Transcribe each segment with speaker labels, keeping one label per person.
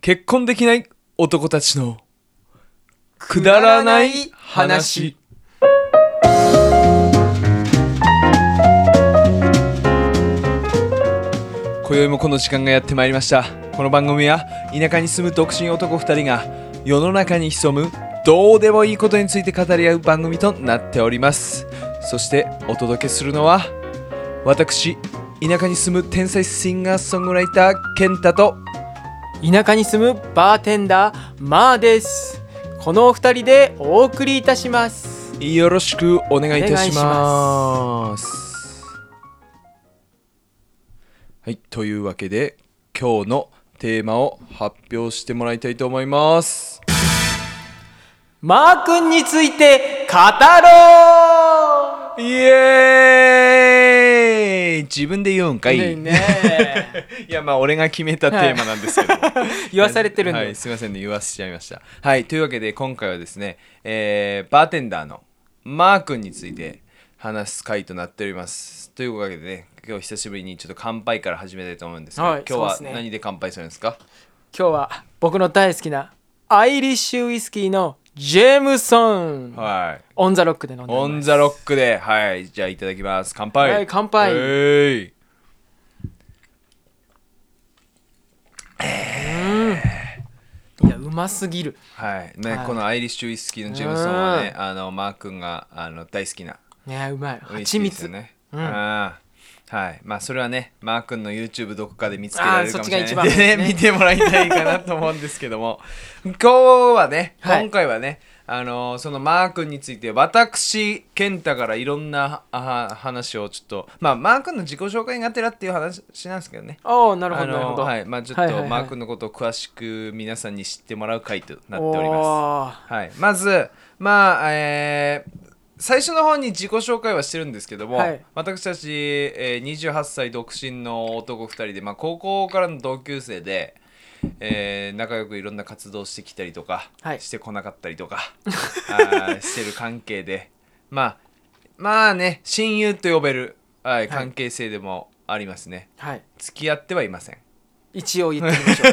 Speaker 1: 結婚できない男たちのくだらない話。今宵もこの時間がやってまいりましたこの番組は田舎に住む独身男2人が世の中に潜むどうでもいいことについて語り合う番組となっておりますそしてお届けするのは私田舎に住む天才シンガーソングライター健太と
Speaker 2: 田舎に住むバーテンダーまーですこのお二人でお送りいたします
Speaker 1: よろしくお願いいたしますはいというわけで今日のテーマを発表してもらいたいと思います
Speaker 2: マー君について語ろ
Speaker 1: イエーイ自分で言うんか
Speaker 2: う
Speaker 1: い、
Speaker 2: ねえねえ
Speaker 1: いやまあ俺が決めたテーマなんですけど、
Speaker 2: 言わされてるんで、
Speaker 1: はい、すいませんね言わせちゃいましたはいというわけで今回はですね、えーバーテンダーのマー君について話す回となっておりますというわけでね今日久しぶりにちょっと乾杯から始めたいと思うんですけど、
Speaker 2: はい
Speaker 1: 今日は
Speaker 2: そうですね
Speaker 1: 何で乾杯するんですか
Speaker 2: 今日は僕の大好きなアイリッシュウイスキーのジェームソン、
Speaker 1: はい
Speaker 2: オンザロックで飲んでお
Speaker 1: オ
Speaker 2: り
Speaker 1: ン
Speaker 2: ます
Speaker 1: ザロックではいじゃあいただきます乾杯
Speaker 2: はい乾杯
Speaker 1: えーい
Speaker 2: いやうますぎる
Speaker 1: はいね
Speaker 2: はい
Speaker 1: このアイリッシュウイスキーのジェームソンはねあのマー君があの大好きな
Speaker 2: ねえうまい
Speaker 1: ウイスキ
Speaker 2: 蜂
Speaker 1: ーです
Speaker 2: 蜜、
Speaker 1: よね。
Speaker 2: うん
Speaker 1: あーはい。まあそれはね、マー君の YouTube どこかで見つけられるかもしれ
Speaker 2: あーそっち
Speaker 1: な
Speaker 2: が
Speaker 1: いん
Speaker 2: 一番
Speaker 1: で
Speaker 2: で
Speaker 1: ね
Speaker 2: すね
Speaker 1: 見てもらいたいかなと思うんですけども、 今日はね、
Speaker 2: はい
Speaker 1: 今回はね、あのーそのマー君について私健太からいろんなあー話をちょっと、まあマー君の自己紹介がてらっていう話なんですけどね。
Speaker 2: おおなるほ
Speaker 1: あ
Speaker 2: どなる
Speaker 1: の
Speaker 2: ほ
Speaker 1: ー
Speaker 2: ど、
Speaker 1: はい、まあちょっ
Speaker 2: はいはい
Speaker 1: と
Speaker 2: はい
Speaker 1: マー君のことを詳しく皆さんに知ってもらう回となって
Speaker 2: お
Speaker 1: おります。
Speaker 2: ー
Speaker 1: はい、まず、まあえー最初の方に自己紹介はしてるんですけども、
Speaker 2: はい
Speaker 1: 私たち、えー28歳独身の男2人で、まあ、高校からの同級生で、えー仲良くいろんな活動してきたりとか、
Speaker 2: はい
Speaker 1: してこなかったりとかあ ーしてる関係でまあまあね親友と呼べる、はい、関係性でもありますね、
Speaker 2: はい
Speaker 1: 付き合ってはいません。
Speaker 2: 一応言ってみましょ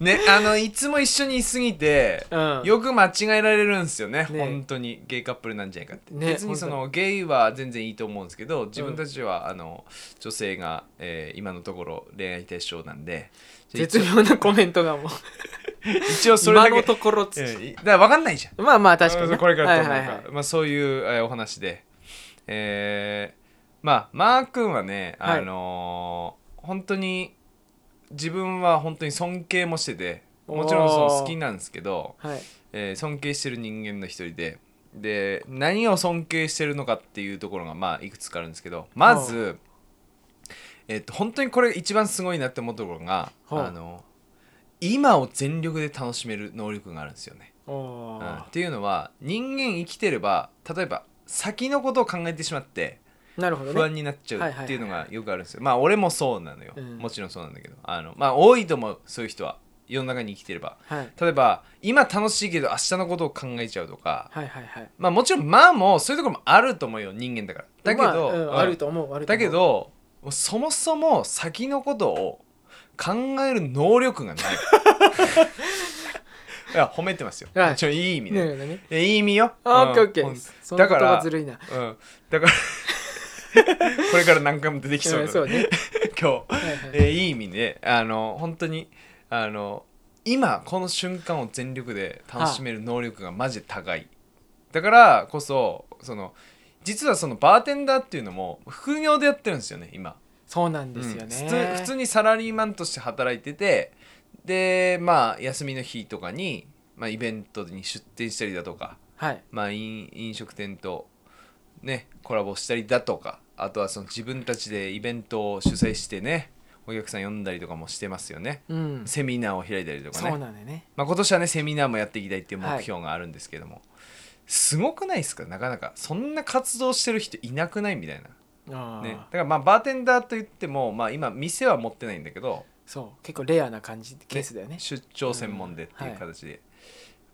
Speaker 2: う
Speaker 1: ね、あのいつも一緒にいすぎて、
Speaker 2: う ん
Speaker 1: よく間違えられるんですよね
Speaker 2: ね
Speaker 1: 本当にゲイカップルなんじゃないかって、
Speaker 2: ね
Speaker 1: 別にそのゲイは全然いいと思うんですけど自分たちは、あの女性が、えー今のところ恋愛対象なんでじゃあ
Speaker 2: 絶妙なコメントがもう
Speaker 1: 一応それだけ
Speaker 2: 今のところつ、
Speaker 1: えーいだから分かんないじゃん
Speaker 2: まあまあ確かに
Speaker 1: あ
Speaker 2: ね
Speaker 1: のこれからどうなる
Speaker 2: は
Speaker 1: か、
Speaker 2: いはいはい
Speaker 1: まあ、そういう、えーお話でえーまあマー君はね
Speaker 2: は
Speaker 1: あ
Speaker 2: い
Speaker 1: のー本当に自分は本当に尊敬もしててもちろんその好きなんですけど、
Speaker 2: はい
Speaker 1: えー尊敬してる人間の一人でで何を尊敬してるのかっていうところがまあいくつかあるんですけどまずえっと本当にこれ一番すごいなって思うところが
Speaker 2: ほう
Speaker 1: あの今を全力で楽しめる能力があるんですよね。うん
Speaker 2: お
Speaker 1: っ
Speaker 2: ー
Speaker 1: ていうのは人間生きてれば例えば先のことを考えてしまって
Speaker 2: なるほど
Speaker 1: 不
Speaker 2: ね
Speaker 1: 安になっちゃ
Speaker 2: は
Speaker 1: う
Speaker 2: いはいはい
Speaker 1: っていうのがよくあるんですよ。まあ俺もそうなのよ、
Speaker 2: うん
Speaker 1: もちろんそうなんだけどあのまあ多いと思うそういう人は世の中に生きてれば。
Speaker 2: はい
Speaker 1: 例えば今楽しいけど明日のことを考えちゃうとか、
Speaker 2: はいはいはい
Speaker 1: まあもちろんまあもうそういうところもあると思うよ人間だからだけど、
Speaker 2: まあうん
Speaker 1: うん
Speaker 2: あると思うあると思
Speaker 1: だ
Speaker 2: う
Speaker 1: けどもうそもそも先のことを考える能力がない いや褒めてますよ、
Speaker 2: はい
Speaker 1: ちょいい意味
Speaker 2: なる
Speaker 1: ね
Speaker 2: ほどね
Speaker 1: いやいい意味よ
Speaker 2: あ
Speaker 1: う
Speaker 2: オ
Speaker 1: ん
Speaker 2: ッケーオッケ
Speaker 1: ほん
Speaker 2: ーその
Speaker 1: だ
Speaker 2: 言
Speaker 1: か
Speaker 2: 葉
Speaker 1: ら
Speaker 2: ずるいな
Speaker 1: うんだから これから何回も出てきそうだ
Speaker 2: うん
Speaker 1: ね
Speaker 2: そうね
Speaker 1: 今日、
Speaker 2: はいはい
Speaker 1: えーいい意味であの本当にあの今この瞬間を全力で楽しめる能力がマジで高いだからこそその実はそのバーテンダーっていうのも副業でやってるんですよね今
Speaker 2: そうなんですよね
Speaker 1: うん普通普通にサラリーマンとして働いててでまあ休みの日とかに、まあ、イベントに出店したりだとか
Speaker 2: はい
Speaker 1: まあ、飲飲食店と、ね、コラボしたりだとかあとはその自分たちでイベントを主催してねお客さん呼んだりとかもしてますよね、
Speaker 2: うん
Speaker 1: セミナーを開いたりとか
Speaker 2: そう
Speaker 1: ね、
Speaker 2: なんだよね
Speaker 1: まあ、今年はねセミナーもやっていきたいっていう目標があるんですけども、すごくないですかなかなかそんな活動してる人いなくないみたいな、
Speaker 2: あ
Speaker 1: ね、だ
Speaker 2: あ
Speaker 1: からまあバーテンダーと言っても、まあ、今店は持ってないんだけど
Speaker 2: そう結構レアな感じケースだよね
Speaker 1: 出張専門でっていう形で、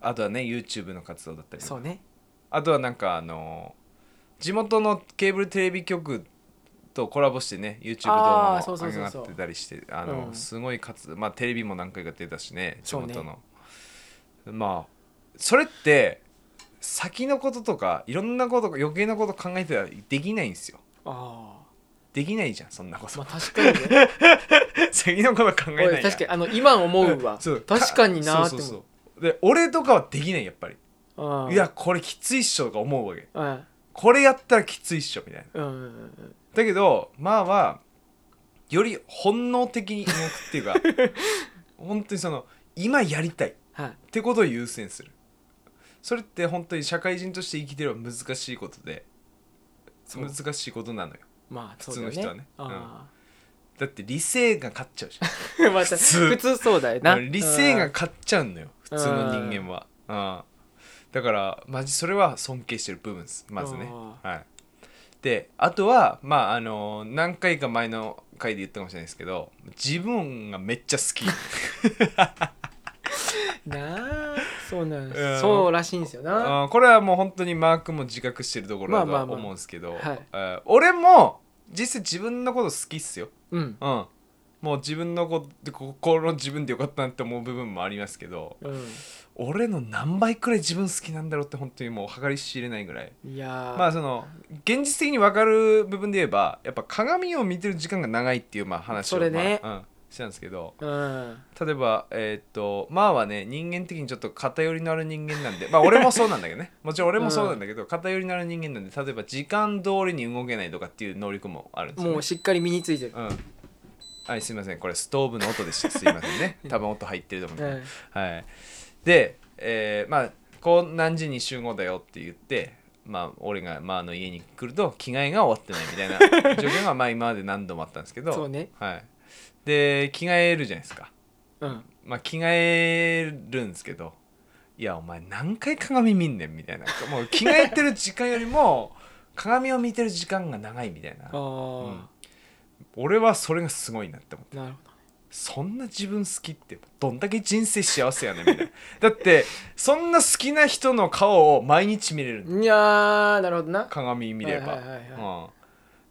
Speaker 1: あとはね YouTube の活動だったりとか
Speaker 2: そうね
Speaker 1: あとはなんかあの地元のケーブルテレビ局とコラボしてね YouTube
Speaker 2: あー
Speaker 1: 動
Speaker 2: そう
Speaker 1: 画
Speaker 2: そう
Speaker 1: も上
Speaker 2: そうそう
Speaker 1: がってたりしてあの、
Speaker 2: うん
Speaker 1: すごいかつ、まあ、テレビも何回か出たしね地
Speaker 2: そうね
Speaker 1: 元の、まあそれって先のこととかいろんなこと余計なこと考えてたらできないんですよ
Speaker 2: あ
Speaker 1: できないじゃんそんなこ
Speaker 2: ーま
Speaker 1: と
Speaker 2: あ確かにね
Speaker 1: 先のこと考え
Speaker 2: お
Speaker 1: ないい
Speaker 2: 確か
Speaker 1: に
Speaker 2: にあの今思うわ確かになーって
Speaker 1: そうそ
Speaker 2: 思
Speaker 1: うそうで俺とかはできないやっぱり、
Speaker 2: ううん
Speaker 1: いやこれきついっしょとか思うわけ
Speaker 2: うん
Speaker 1: これやったらきついっしょみたいな
Speaker 2: うんうんうん
Speaker 1: だけどまあはより本能的に動くっていうか 本当にその今やりたいっ
Speaker 2: はい
Speaker 1: てことを優先するそれって本当に社会人として生きてれば難しいことで
Speaker 2: そう
Speaker 1: 難しいことなのよ
Speaker 2: まあ
Speaker 1: 普
Speaker 2: そう
Speaker 1: 通
Speaker 2: だ
Speaker 1: の
Speaker 2: よ
Speaker 1: 人はね
Speaker 2: ねあ
Speaker 1: だって理性が勝っちゃうじ
Speaker 2: ー まあ
Speaker 1: 普
Speaker 2: 普
Speaker 1: 通
Speaker 2: 通普通そうだよな
Speaker 1: ゃん理性
Speaker 2: う
Speaker 1: が
Speaker 2: ん
Speaker 1: 勝っちゃうのよ普通の人間はうんだからマジそれは尊敬してる部分ですまずね
Speaker 2: あ
Speaker 1: はいであとはまああの何回か前の回で言ったかもしれないですけど自分がめっちゃ好 き
Speaker 2: なあそうなんです
Speaker 1: うん
Speaker 2: そうらしいんですよな
Speaker 1: うんこれはもう本当にマークも自覚してるところだと
Speaker 2: まあ
Speaker 1: は
Speaker 2: まあまあ
Speaker 1: 思うんですけど、
Speaker 2: はい
Speaker 1: えー俺も実際自分のこと好きっすよ
Speaker 2: うん
Speaker 1: うんもう自分のこと心の自分でよかったなって思う部分もありますけど
Speaker 2: う
Speaker 1: 俺の何倍くらい自分好きなんだろうって本当にもう計り知れないぐらい
Speaker 2: んいやー
Speaker 1: まあその現実的に分かる部分で言えばやっぱ鏡を見てる時間が長いっていうまあ話を
Speaker 2: それね
Speaker 1: まあうん、したんですけど
Speaker 2: うん
Speaker 1: 例えばえーっとまあはね人間的にちょっと偏りのある人間なんでまあ俺もそうなんだけどね もちろん俺もそうなんだけど、偏りのある人間なんで例えば時間通りに動けないとかっていう能力もあるんですよ、ね、
Speaker 2: もうしっかり身についてる
Speaker 1: うんはいすいませんこれストーブの音でしたすいません ね多分音入ってると思うんで
Speaker 2: うん
Speaker 1: はい、で、えーまあこう何時に集合だよって言って、まあ、俺が、まあ、あの家に来ると着替えが終わってないみ たいな状況がまあ今まで何度もあったんですけど
Speaker 2: そうね
Speaker 1: はい、で着替えるじゃないですか、
Speaker 2: うん
Speaker 1: まあ、着替えるんですけどいやお前何回鏡見んねんみたいなもう着替えてる時間よりも鏡を見てる時間が長いみたい
Speaker 2: あ
Speaker 1: な
Speaker 2: あ
Speaker 1: 俺はそれがすごいなって思って。
Speaker 2: なるほ
Speaker 1: そんな自分好きってどんだけ人生幸せやねんみたいな だってそんな好きな人の顔を毎日見れるんだ
Speaker 2: どいやーなるほどな
Speaker 1: 鏡見れば、
Speaker 2: はいはいはいは
Speaker 1: うん、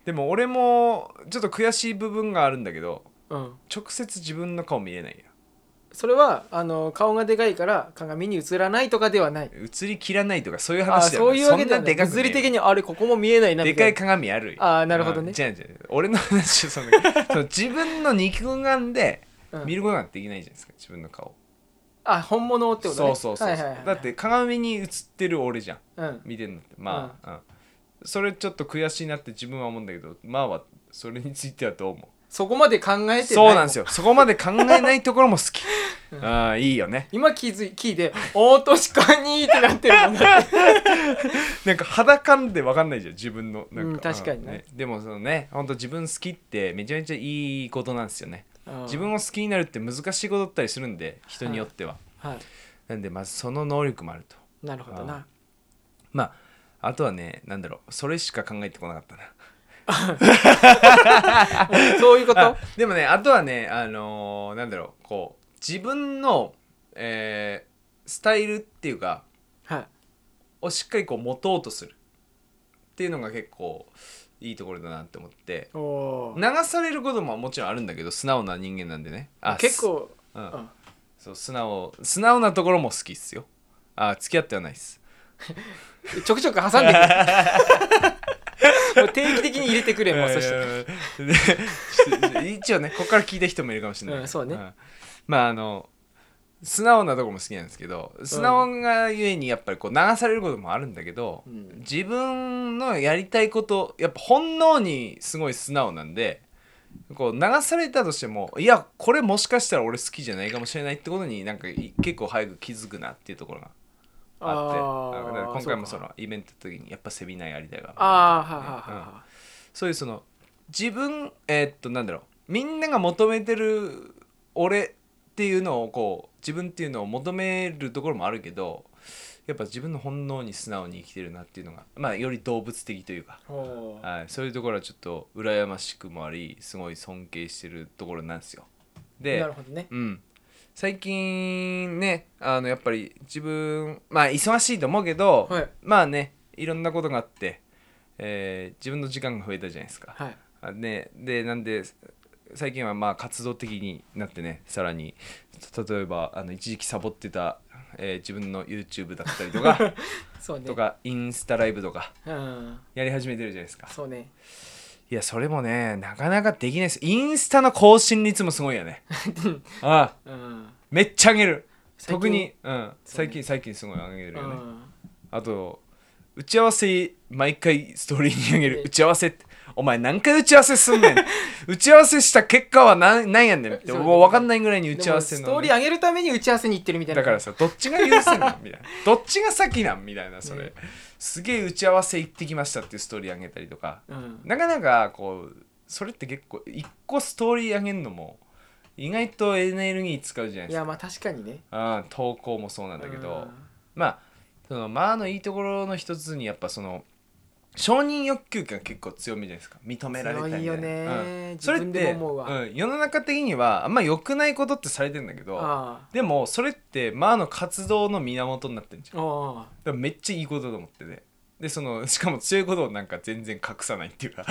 Speaker 1: でも俺もちょっと悔しい部分があるんだけど
Speaker 2: うん
Speaker 1: 直接自分の顔見れないや
Speaker 2: それはあの顔がでかいから鏡に映らないとかではない
Speaker 1: 映りきらないとかそういう
Speaker 2: あ
Speaker 1: 話だ
Speaker 2: そういうわけ
Speaker 1: そん
Speaker 2: では
Speaker 1: な
Speaker 2: な
Speaker 1: で
Speaker 2: い
Speaker 1: かくねえ
Speaker 2: 物理的にあれここも見えないな
Speaker 1: で
Speaker 2: み
Speaker 1: か
Speaker 2: た
Speaker 1: い
Speaker 2: いな
Speaker 1: 鏡あるよ
Speaker 2: あーなるほどね
Speaker 1: うん違う違う俺の話はそ のその自分の肉眼で
Speaker 2: うん
Speaker 1: 見ることなんてできないじゃないですか自分の顔
Speaker 2: あ本物をってことね
Speaker 1: そうそうそう
Speaker 2: は
Speaker 1: そ
Speaker 2: いうはいはい
Speaker 1: だって鏡に映ってる俺じゃん
Speaker 2: うん
Speaker 1: 見てんのってまあ、うんそれちょっと悔しいなって自分は思うんだけどまあはそれについてはどう思
Speaker 2: そこまで考えてな
Speaker 1: う
Speaker 2: い
Speaker 1: そうなんですよそこまで考えないところも好 き、ああいいよね
Speaker 2: 今気づい聞いて「おー確かに」ってなってるもんだって
Speaker 1: なんか肌感で分かんないじゃん自分のなんか、
Speaker 2: うん確かにね
Speaker 1: ねでもそのね本当自分好きってめちゃめちゃいいことなんですよね、
Speaker 2: うん
Speaker 1: 自分を好きになるって難しいことだったりするんで人によっては、
Speaker 2: はい
Speaker 1: なんでまずその能力もあると
Speaker 2: なるほどな
Speaker 1: まああとはねなんだろうそれしか考えてこなかったな
Speaker 2: そういうこ
Speaker 1: あ
Speaker 2: と
Speaker 1: でもねあとはねあのーなんだろうこう自分の、えースタイルっていうか
Speaker 2: はい
Speaker 1: をしっかりこう持とうとするっていうのが結構いいところだなって思って
Speaker 2: おお
Speaker 1: 流されることももちろんあるんだけど素直な人間なんでねあ
Speaker 2: 結、構
Speaker 1: すうん
Speaker 2: うん
Speaker 1: そう素直素直なところも好きっすよあ付き合ってはないっす
Speaker 2: ちょくちょく挟んでくれ もう定期的に入れてくれもうそして
Speaker 1: えーで 一応ねここから聞いた人もいるかもしれない、
Speaker 2: うんそうね
Speaker 1: まああの素直なとこも好きなんですけど素直がゆえにやっぱりこう流されることもあるんだけど、
Speaker 2: うん
Speaker 1: 自分のやりたいことやっぱ本能にすごい素直なんでこう流されたとしてもいやこれもしかしたら俺好きじゃないかもしれないってことになんかい結構早く気づくなっていうところがあって
Speaker 2: ー
Speaker 1: だから今回も
Speaker 2: そ
Speaker 1: そう
Speaker 2: か
Speaker 1: のイベントの時にやっぱセミナーやりたいわ
Speaker 2: あーはあはあはあはあ
Speaker 1: そういうその自分えーっとなんだろうみんなが求めてる俺っていうのをこう自分っていうのを求めるところもあるけどやっぱ自分の本能に素直に生きてるなっていうのがまあより動物的というか、
Speaker 2: おー
Speaker 1: はい、そういうところはちょっと羨ましくもありすごい尊敬してるところなんですよ。で
Speaker 2: なるほどね
Speaker 1: うん、最近ねあのやっぱり自分まあ忙しいと思うけど、
Speaker 2: はい
Speaker 1: まあねいろんなことがあって、えー自分の時間が増えたじゃないですか、
Speaker 2: はい
Speaker 1: あねでなんで最近はまあ活動的になってねさらにた例えばあの一時期サボってた、えー自分の YouTube だったりとか
Speaker 2: そうね
Speaker 1: とかインスタライブとか
Speaker 2: うん
Speaker 1: やり始めてるじゃないですか
Speaker 2: そうね
Speaker 1: いやそれもねなかなかできないですインスタの更新率もすごいよ ねああ
Speaker 2: うん
Speaker 1: めっちゃ上げる
Speaker 2: 最近
Speaker 1: 特に、うん、
Speaker 2: そうね
Speaker 1: 最近最近すごい上げてる
Speaker 2: う
Speaker 1: よね、
Speaker 2: ん
Speaker 1: あと打ち合わせ毎回ストーリーにあげる
Speaker 2: え
Speaker 1: 打ち合わせってお前何回打ち合わせすん ねん打ち合わせした結果は何なんやねんって
Speaker 2: そうね
Speaker 1: もう分かんないぐらいに打ち合わせ
Speaker 2: で
Speaker 1: の
Speaker 2: もストーリー上げるために打ち合わせに行ってるみたいな
Speaker 1: だからさどっちが優先なんみたいな どっちが先なんみたいなそれ、
Speaker 2: ね
Speaker 1: すげえ打ち合わせ行ってきましたっていうストーリーあげたりとか
Speaker 2: うん
Speaker 1: なかなかこうそれって結構一個ストーリーあげるのも意外とエネルギー使うじゃない
Speaker 2: い
Speaker 1: ですか
Speaker 2: やまあ確かにね
Speaker 1: うん、投稿もそうなんだけど、まあそのまあのいいところの一つにやっぱその承認欲求が結構強みじゃないですか認められたいみたいな
Speaker 2: 強いよね
Speaker 1: うん、
Speaker 2: 自
Speaker 1: それっ
Speaker 2: 分で
Speaker 1: て
Speaker 2: も思うわ
Speaker 1: うん、世の中的にはあんま良くないことってされてんだけ
Speaker 2: うん
Speaker 1: ど
Speaker 2: あ
Speaker 1: でもそれってまあの活動の源になってんじゃん
Speaker 2: あああ
Speaker 1: だからめっちゃいいことだと思っててでその しかも強いことをなんか全然隠さないっていうか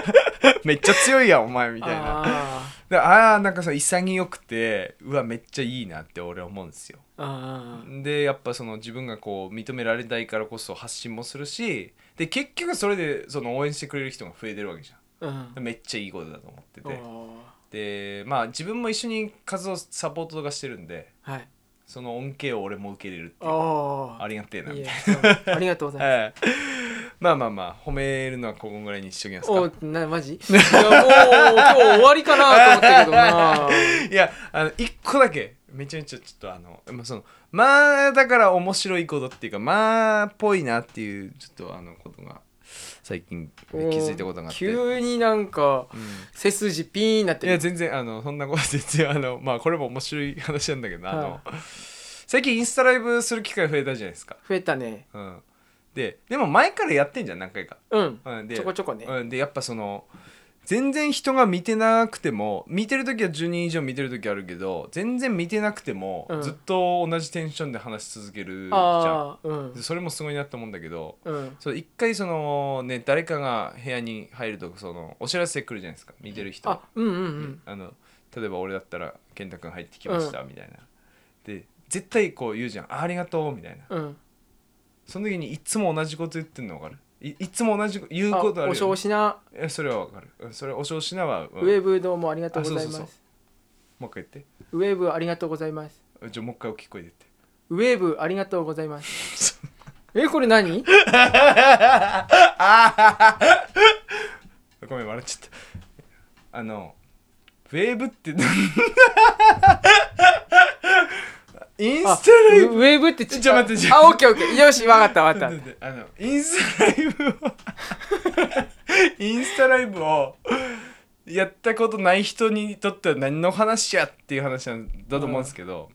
Speaker 1: めっちゃ強いやんお前みたいな
Speaker 2: あ
Speaker 1: でああなんかその潔くてうわめっちゃいいなって俺思うんですよ
Speaker 2: ああ
Speaker 1: でやっぱその自分がこう認められたいからこそ発信もするしで結局それでその応援してくれる人が増えてるわけじゃ
Speaker 2: あうん
Speaker 1: んめっちゃいいことだと思ってて
Speaker 2: おー
Speaker 1: でまあ自分も一緒に活動サポートとかしてるんで
Speaker 2: はい
Speaker 1: その恩恵を俺も受けれるって
Speaker 2: お
Speaker 1: いう
Speaker 2: お
Speaker 1: ありがてえなみ
Speaker 2: い
Speaker 1: たい
Speaker 2: え
Speaker 1: な
Speaker 2: ありがとうございま
Speaker 1: ええまあまあまあ褒めるのはここぐらいにしときます
Speaker 2: す
Speaker 1: か
Speaker 2: おーなマジいやもう今日終わりかなと思ったけ
Speaker 1: いやあの一個だけめちゃめちゃちょっとあのまあそのまあだから面白いことっていうかまあっぽいなっていうちょっとあのことが最近 気
Speaker 2: どな
Speaker 1: づいたことがあって、うん、い
Speaker 2: 急になんか背筋ピーンなって
Speaker 1: や
Speaker 2: る
Speaker 1: 全然あのそんなこと 全然あのまあこれも面白い話なんだけどあの、
Speaker 2: は
Speaker 1: 最近インスタライブする機会増えたじゃないですか、
Speaker 2: 増えたね
Speaker 1: うん、ででも前からやってんじゃん何回か、
Speaker 2: うん
Speaker 1: うん、で
Speaker 2: ちょこちょこね
Speaker 1: うん、でやっぱその全然人が見てなくても見てる時は10人以上見てる時あるけど全然見てなくても、
Speaker 2: うん
Speaker 1: ずっと同じテンションで話し続けるじゃ
Speaker 2: ああうん
Speaker 1: んでそれもすごいなと思うんだけど
Speaker 2: うん
Speaker 1: そう一回そのね誰かが部屋に入るとそのお知らせ来るじゃないですか見てる人
Speaker 2: あうんうんう
Speaker 1: うんんあの例えば俺だったら健太君入ってきました、みたいなで絶対こう言うじゃんあありがとうみたいな
Speaker 2: うん
Speaker 1: その時にいつも同じこと言ってんの分かるいいつも同じこと言う
Speaker 2: あ
Speaker 1: ことあるよ
Speaker 2: お正しな
Speaker 1: えそれはわかるうんそれお正しなは、うん
Speaker 2: ウェブどうもありがとうござい
Speaker 1: あそう
Speaker 2: ま
Speaker 1: そう
Speaker 2: す
Speaker 1: もう一回言っ
Speaker 2: ウェブありがとうございます
Speaker 1: てじゃあもう一回大きい声で言って
Speaker 2: ウェーブありがとうございます。え、こ れ何
Speaker 1: あごめん笑っちゃったあのウェーブって何イン
Speaker 2: あ
Speaker 1: スタライ
Speaker 2: ウウェーブって
Speaker 1: ちょ待ってちょ
Speaker 2: あ、オッケーオッケー。よし、わかったわかっ
Speaker 1: ブあのインスタライブをインスタライブをやったことない人にとっては何の話やっていう話なんだと思うんですけど、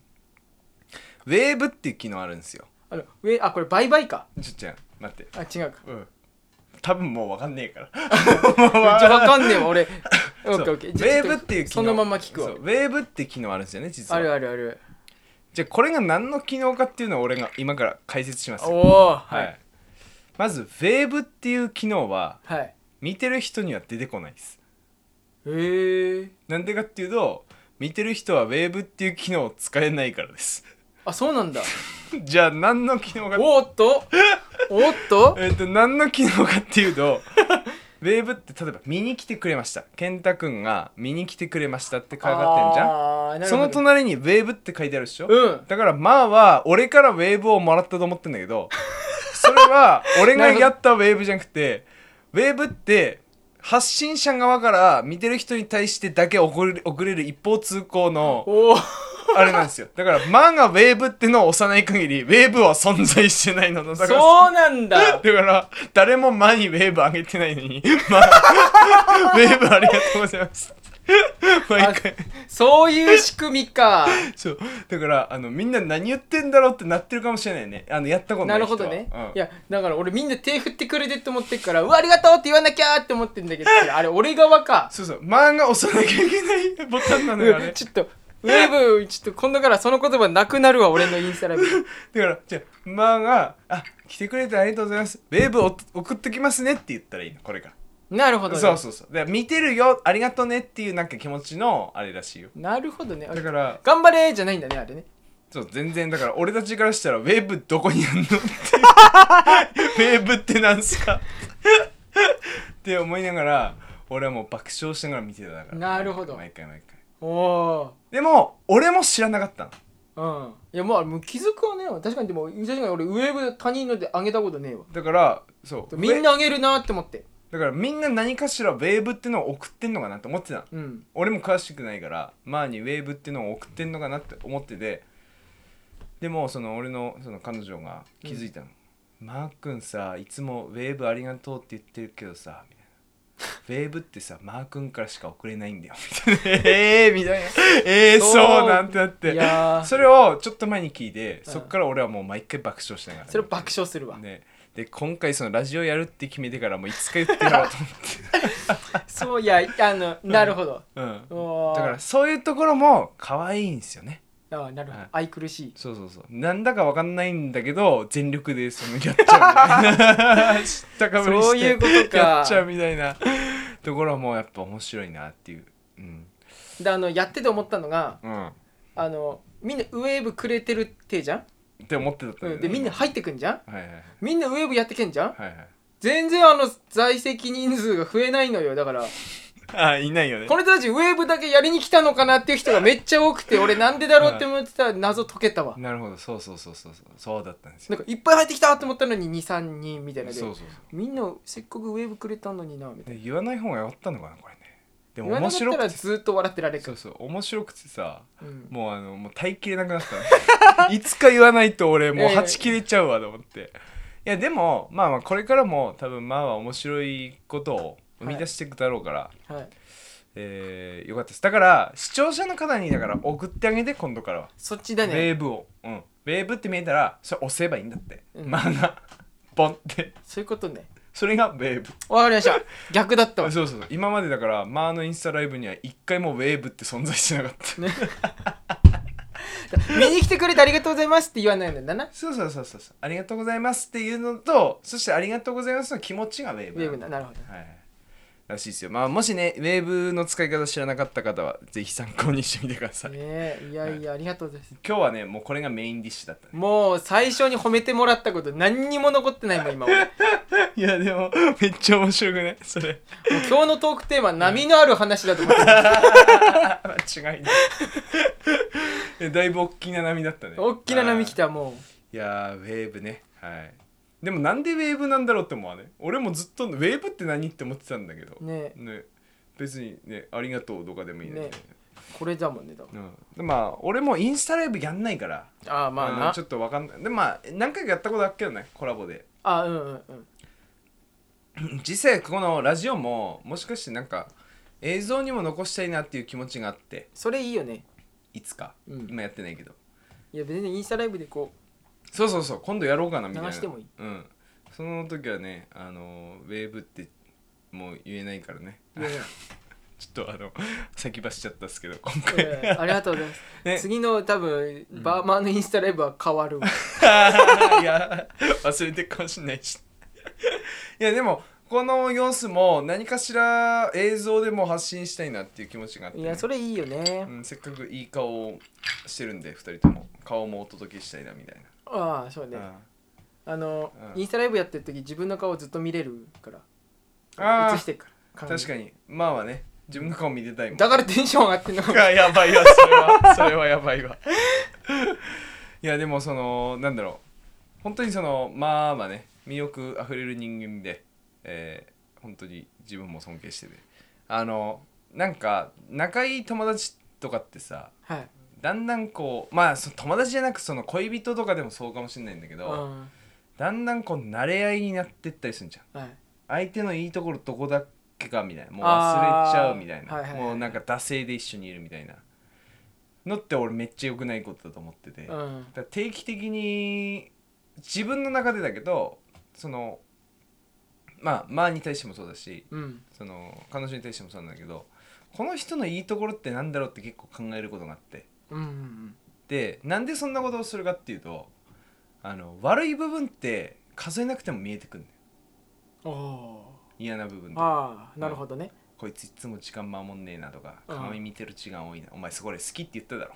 Speaker 1: ウェーブっていう機能あるんですよ
Speaker 2: た。あの、ウェあ、これバイバイか。
Speaker 1: ちょっちゃん待って
Speaker 2: あ、違うか。
Speaker 1: うん多分もう分かんねえから
Speaker 2: じゃわかんねえわ、 俺。オッケーオッケー。
Speaker 1: そう
Speaker 2: じ
Speaker 1: ウェ
Speaker 2: ゃあ
Speaker 1: ーブっていう機能
Speaker 2: そのまま聞くわ
Speaker 1: そう。ウェーブって機能あるんですよね実は
Speaker 2: あるあるある。
Speaker 1: じゃあこれが何の機能かっていうのを俺が今から解説します
Speaker 2: お
Speaker 1: よ
Speaker 2: お
Speaker 1: は
Speaker 2: はいい。
Speaker 1: まずウェーブっていう機能は
Speaker 2: はい。
Speaker 1: 見てる人には出てこないです
Speaker 2: へえ。
Speaker 1: なんでかっていうと見てる人はウェーブっていう機能を使えないからです
Speaker 2: あ、そうなんだ。
Speaker 1: じゃあ何の機能か
Speaker 2: おーっとおーっと
Speaker 1: えっ、と何の機能かっていうと ウェーブって例えば見に来てくれました健太くんが見に来てくれましたって書いてあってんじゃん
Speaker 2: あーなる
Speaker 1: そ
Speaker 2: ほ
Speaker 1: の
Speaker 2: ど
Speaker 1: 隣にウェーブって書いてあるでしょ、
Speaker 2: うん。
Speaker 1: だからまあは俺からウェーブをもらったと思ってんだけ どそれは俺がやったウェーブじゃなくてウェーブって発信者側から見てる人に対してだけ送れ送れる一方通行の
Speaker 2: おお
Speaker 1: あれなんですよだからまあがウェーブってのを押さない限りウェーブは存在してないのだから
Speaker 2: そうなんだ
Speaker 1: だから誰も間にウェーブ上げてないのに、まあウェーブありがとうございます毎回
Speaker 2: そういう仕組み か。
Speaker 1: そうだからあのみんな何言ってんだろうってなってるかもしれないねあのやったことな
Speaker 2: ないる
Speaker 1: 人
Speaker 2: ほ
Speaker 1: は
Speaker 2: どね、
Speaker 1: うん
Speaker 2: いやだから俺みんな手振ってくれてって思ってっから「うわありがとう」って言わなきゃーって思ってんだけどあれ俺側か
Speaker 1: そうそう漫画押さなきゃいけないボタンなのよあ
Speaker 2: うん
Speaker 1: れ
Speaker 2: ちょっとウェーブちょっと今度からその言葉なくなるわ俺のインスタラ イブ
Speaker 1: だからじゃあ漫画あ来てくれてありがとうございますウェーブを送っときますねって言ったらいいのこれから
Speaker 2: なるほどね
Speaker 1: そうそうそうで見てるよありがとねっていうなんか気持ちのあれらしいよ
Speaker 2: なるほどね
Speaker 1: だから
Speaker 2: 頑張れじゃないんだねあれね
Speaker 1: そう全然だから俺たちからしたらウェーブどこにあんのってウェーブってなんすか って思いながら俺はもう爆笑しながら見てただから
Speaker 2: なるほど
Speaker 1: 毎回毎回
Speaker 2: おお
Speaker 1: でも俺も知らなかったの
Speaker 2: ーうんいやまあもう気づくはねえわ確かにでも確かに俺ウェーブ他人のであげたことねえわ
Speaker 1: だからそう
Speaker 2: みん
Speaker 1: ウェ
Speaker 2: なあげるなって思って
Speaker 1: だからみんな何かしらウェーブってのを送ってんのかなって思ってたの
Speaker 2: うん
Speaker 1: 俺も詳しくないからマーにウェーブってのを送ってんのかなって思っててでもその俺のその彼女が気づいたの、マー君さいつもウェーブありがとうって言ってるけどさみたいなウェーブってさマー君からしか送れないんだよ みたいなええみたいなええ
Speaker 2: そう
Speaker 1: そうなんてなっ
Speaker 2: い
Speaker 1: て
Speaker 2: やー
Speaker 1: それをちょっと前に聞いて
Speaker 2: うん
Speaker 1: そっから俺はもう毎回爆笑しながら
Speaker 2: それ爆笑す るわ
Speaker 1: ねで今回そのラジオやるって決めてからもういつか言ってやろうと思って、
Speaker 2: そういやあのなるほど
Speaker 1: う
Speaker 2: お
Speaker 1: ん、
Speaker 2: ー
Speaker 1: だからそういうところも可愛いんですよね
Speaker 2: あーなるほど
Speaker 1: はい
Speaker 2: 愛くるしい
Speaker 1: そうそうそうなんだかわかんないんだけど全力でそのやっちゃ うみたいな知ったかぶりして
Speaker 2: そういうことか
Speaker 1: やっちゃうみたいなところもやっぱ面白いなっていううん
Speaker 2: であのやってて思ったのが
Speaker 1: うん
Speaker 2: あのみんなウェーブくれてるってじゃん、
Speaker 1: って思ってたんだ
Speaker 2: う
Speaker 1: よね
Speaker 2: ん、でみんな入ってくんじゃん
Speaker 1: はいはいはい
Speaker 2: みんなウェーブやってけんじゃん
Speaker 1: はいはい
Speaker 2: 全然あの在籍人数が増えないのよだから
Speaker 1: ああいないよね
Speaker 2: この人たちウェーブだけやりに来たのかなっていう人がめっちゃ多く て俺なんでだろうって思ってたら謎解けたわ
Speaker 1: なるほどそうそうそうそうそうそうだったんですよ
Speaker 2: なんかいっぱい入ってきたと思ったのに23人みたい
Speaker 1: そ
Speaker 2: な
Speaker 1: う
Speaker 2: で
Speaker 1: そうそう
Speaker 2: みんなせっかくウェーブくれたのになみたいな
Speaker 1: で言わない方がよかったのかなこれねで
Speaker 2: 言
Speaker 1: も
Speaker 2: わな
Speaker 1: 面
Speaker 2: かっ
Speaker 1: 白
Speaker 2: たら
Speaker 1: くて
Speaker 2: ずっと笑ってられる
Speaker 1: そ
Speaker 2: か
Speaker 1: うそう面白くてさ
Speaker 2: ら、うん
Speaker 1: もうあのもう耐えきれなくなった ねいつか言わないと俺もう
Speaker 2: いやいや
Speaker 1: はち切れちゃうわと思っていやでもまあまあこれからも多分まあは面白いことを生み出していくだろうから、
Speaker 2: はい、
Speaker 1: えーよかったですだから視聴者の方にだから送ってあげて今度からは、
Speaker 2: そっちだ
Speaker 1: ウェ
Speaker 2: ね
Speaker 1: ーブをうんウェーブって見えたらそれ押せばいいんだって、
Speaker 2: うん
Speaker 1: まあなポンって
Speaker 2: そういうことね
Speaker 1: それがウェーブ
Speaker 2: わかり ました逆だった
Speaker 1: そ
Speaker 2: わ
Speaker 1: うそうそう今までだからまあのインスタライブには一回もウェーブって存在してなかった
Speaker 2: 見に来てくれてありがとうございますって言わないんだな
Speaker 1: そうそうそうそうそうありがとうございますっていうのとそしてありがとうございますの気持ちがウェー
Speaker 2: ウ
Speaker 1: ブ
Speaker 2: ェーブななるほど
Speaker 1: はいらしいですよまあもしねウェーブの使い方知らなかった方はぜひ参考にしてみてください、
Speaker 2: ねえいやいやありがとうです
Speaker 1: 今日はねもうこれがメインディッシュだったね
Speaker 2: もう最初に褒めてもらったこと何にも残ってないもん今俺もう
Speaker 1: いやでもめっちゃ面白くねそ れ
Speaker 2: 今日のトークテーマ波のある話だと 思ってた
Speaker 1: 間違いないえだいぶ大きな波だったね
Speaker 2: 大きな波来たも
Speaker 1: いやーウェーブねはいでもなんでウェーブなんだろうって思わね俺もずっとウェーブって何って思ってたんだけど
Speaker 2: うねえ
Speaker 1: ね別にねありがとうとかでもいいのにね
Speaker 2: ねこれだもんねだか
Speaker 1: うん、でまあ俺もインスタライブやんないから
Speaker 2: らああまあ
Speaker 1: うん
Speaker 2: な
Speaker 1: ちょっとわかんないでまあ何回かやったことあっけどねコラボで
Speaker 2: あうんうんうん
Speaker 1: 実際このラジオももしかしてなんか映像にも残したいなっていう気持ちがあって
Speaker 2: それいいよね
Speaker 1: いつか、
Speaker 2: うん
Speaker 1: 今やってないけど
Speaker 2: いや別にインスタライブでこ
Speaker 1: そうそうそう今度やろうかなみたいな
Speaker 2: 流してもいい
Speaker 1: うん、その時はねあのウェーブってもう言えないからね
Speaker 2: ういやい
Speaker 1: ちょっとあの先走っちゃったっす けど今
Speaker 2: や
Speaker 1: 回、
Speaker 2: いやありがとうございます
Speaker 1: ね
Speaker 2: 次の多分バーマーのインスタライブは 変わるわ
Speaker 1: いや忘れてるかもしんないしいやでもこの様子も何かしら映像でも発信したいなっていう気持ちがあって
Speaker 2: い
Speaker 1: ね、
Speaker 2: やそれいいよね
Speaker 1: うん、せっかくいい顔をしてるんで2人とも顔もお届けしたいなみたい
Speaker 2: ああそうね
Speaker 1: な、
Speaker 2: あの
Speaker 1: うん
Speaker 2: インスタライブやってる時自分の顔ずっと見れるから
Speaker 1: ああ
Speaker 2: 映してるから
Speaker 1: 確かにまあはね自分の顔見てたいもん
Speaker 2: だからテンション上がってんの かも
Speaker 1: がやばいわそれは それはやばいわいやでもそのなんだろう本当にそのまあまあね魅力あふれる人間で、えー本当に自分も尊敬しててあのなんか仲いい友達とかってさ
Speaker 2: はい
Speaker 1: だんだんこうまあその友達じゃなくその恋人とかでもそうかもしれないんだけ
Speaker 2: う
Speaker 1: ど、
Speaker 2: ん
Speaker 1: だんだんこう慣れ合いになってったりするじゃん
Speaker 2: はい
Speaker 1: 相手のいいところどこだっけかみたいなもう忘れちゃうみたいな、
Speaker 2: あーはいはいはい
Speaker 1: もうなんか惰性で一緒にいるみたいなのって俺めっちゃ良くないことだと思ってて、
Speaker 2: う
Speaker 1: だか
Speaker 2: ん
Speaker 1: ら定期的に自分の中でだけどそのまあまあに対してもそうだし
Speaker 2: うん
Speaker 1: その彼女に対してもそうなんだけどこの人のいいところってなんだろうって結構考えることがあって
Speaker 2: うんうん
Speaker 1: でなんでそんなことをするかっていうとあの悪い部分って数えなくても見えてくるんだよ
Speaker 2: うんお
Speaker 1: 嫌な部分とか
Speaker 2: ああなるほどね、
Speaker 1: こいついつも時間守んねえなとか
Speaker 2: うん
Speaker 1: 鏡見てる時間多いな、お前そこで好きって言っただろ 好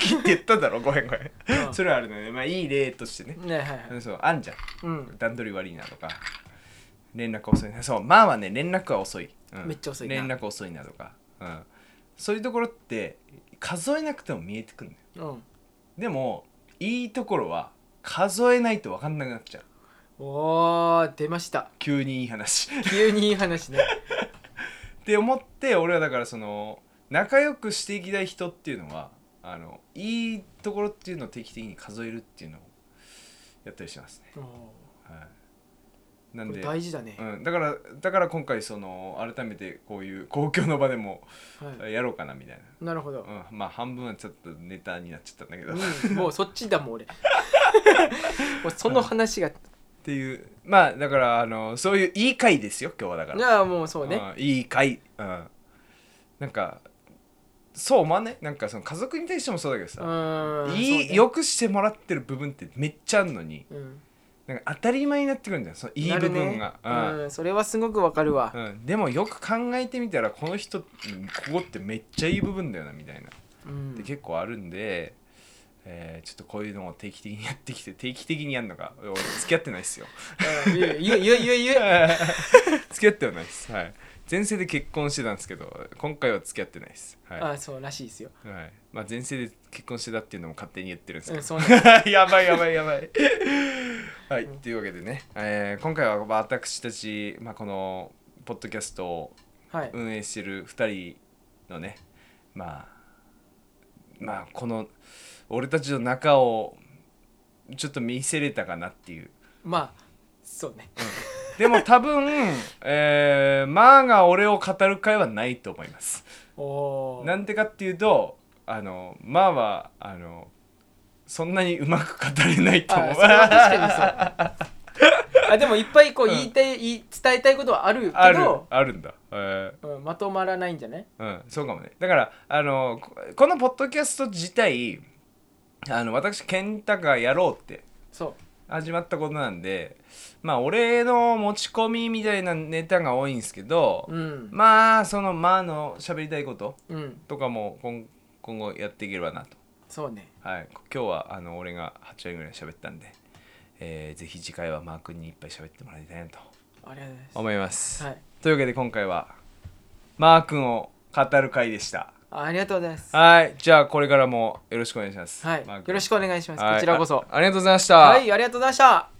Speaker 1: きって言った だろごめんごめん、
Speaker 2: うん
Speaker 1: それはあるのねまあいい例としてね、
Speaker 2: ねはいはい
Speaker 1: うんそうあんじゃん
Speaker 2: うん
Speaker 1: 段取り悪いなとか連絡遅いなそうまあはね連絡は遅い、うん
Speaker 2: めっちゃ遅いな
Speaker 1: 連絡遅いなとか、うん、そういうところって数えなくても見えてくるんだよ
Speaker 2: うん
Speaker 1: でもいいところは数えないと分かんなくなっちゃう
Speaker 2: おー出ました
Speaker 1: 急にいい話っ
Speaker 2: 急にいい話 ね
Speaker 1: て思って俺はだからその仲良くしていきたい人っていうのはあのいいところっていうのを定期的に数えるっていうのをやったりしますね、
Speaker 2: おー
Speaker 1: はい、なん
Speaker 2: これ
Speaker 1: で
Speaker 2: 大事だね、
Speaker 1: うん、だからだから今回その改めてこういう公共の場でも
Speaker 2: は
Speaker 1: やろうかなみたい
Speaker 2: い、なるほど、
Speaker 1: な、うん、まあ半分はちょっとネタになっちゃったんだけど、
Speaker 2: う
Speaker 1: っ
Speaker 2: ん、もうそっちだもん 俺もうその話が、
Speaker 1: ていうまあだからあのそういういい回ですよ今日はだから
Speaker 2: じゃあもうそうね、
Speaker 1: うんいい回、うん、なんかそう思わないなんかその家族に対してもそうだけど
Speaker 2: う
Speaker 1: さ、
Speaker 2: ーん
Speaker 1: いい、
Speaker 2: そうね
Speaker 1: よくしてもらってる部分ってめっちゃあるのに
Speaker 2: うん、
Speaker 1: なんか当たり前になってくるんじゃんそのいい
Speaker 2: なる
Speaker 1: 部
Speaker 2: ね
Speaker 1: 分が、うん
Speaker 2: うん、それはすごくわかるわ、
Speaker 1: うん、でもよく考えてみたらこの人うんここってめっちゃいい部分だよなみたいな
Speaker 2: うん
Speaker 1: で結構あるんで、えーちょっとこういうのを定期的にやってきて定期的にやるのが俺付き合ってないっ すよ
Speaker 2: うん言え言え言え言え言 え
Speaker 1: 付き合ってはないっすはい前世で結婚してたんですけど今回は付き合ってないっすはい、は
Speaker 2: あそうらしいですよ、
Speaker 1: いまあ、前世で結婚してたっていうのも勝手に言ってるんです
Speaker 2: う
Speaker 1: け
Speaker 2: ん、
Speaker 1: ど、
Speaker 2: そうなん だ
Speaker 1: やばいやばいやばいはいというわけでね、えー今回は私たち、まあ、このポッドキャストを
Speaker 2: はい、
Speaker 1: 運営してる2人のねまあまあこの俺たちの中をちょっと見せれたかなっていう
Speaker 2: まあそうね
Speaker 1: でも多分 えー、まあが俺を語る会はないと思います
Speaker 2: おお
Speaker 1: なんでかっていうとあのまあはあのそんなにうまく語れないと思
Speaker 2: あ
Speaker 1: う
Speaker 2: それは確かにそうあでもいっぱいこう言いたい、言い伝えたいことはある け
Speaker 1: ある
Speaker 2: ど、
Speaker 1: あるんだ、えー
Speaker 2: うん、まとまらないんじゃない
Speaker 1: うん、そうかもね。だから、あの、ここのポッドキャスト自体、あの、私、健太がやろうって
Speaker 2: そ
Speaker 1: 始まったことなんで、まあ、俺の持ち込みみたいなネタが多いんですけど、
Speaker 2: ううん
Speaker 1: まあ、その、まあの喋りたいこと
Speaker 2: うん
Speaker 1: とかも今、今後やっていければなと。
Speaker 2: そうね
Speaker 1: はい。今日は、あの、俺が8割ぐらい喋ったんで、えーぜひ次回はマー君にいっぱい喋ってもらいたいなと
Speaker 2: ありがとうございます
Speaker 1: 思います。
Speaker 2: はい
Speaker 1: というわけで、今回は、マー君を語る回でした。
Speaker 2: ありがとうございます
Speaker 1: はい、じゃあこれからもよろしくお願いします。
Speaker 2: はい
Speaker 1: マー
Speaker 2: よ
Speaker 1: ク
Speaker 2: ろしくお願いします
Speaker 1: はい
Speaker 2: こちらこそ
Speaker 1: あありがとうございました。
Speaker 2: はいありがとうございました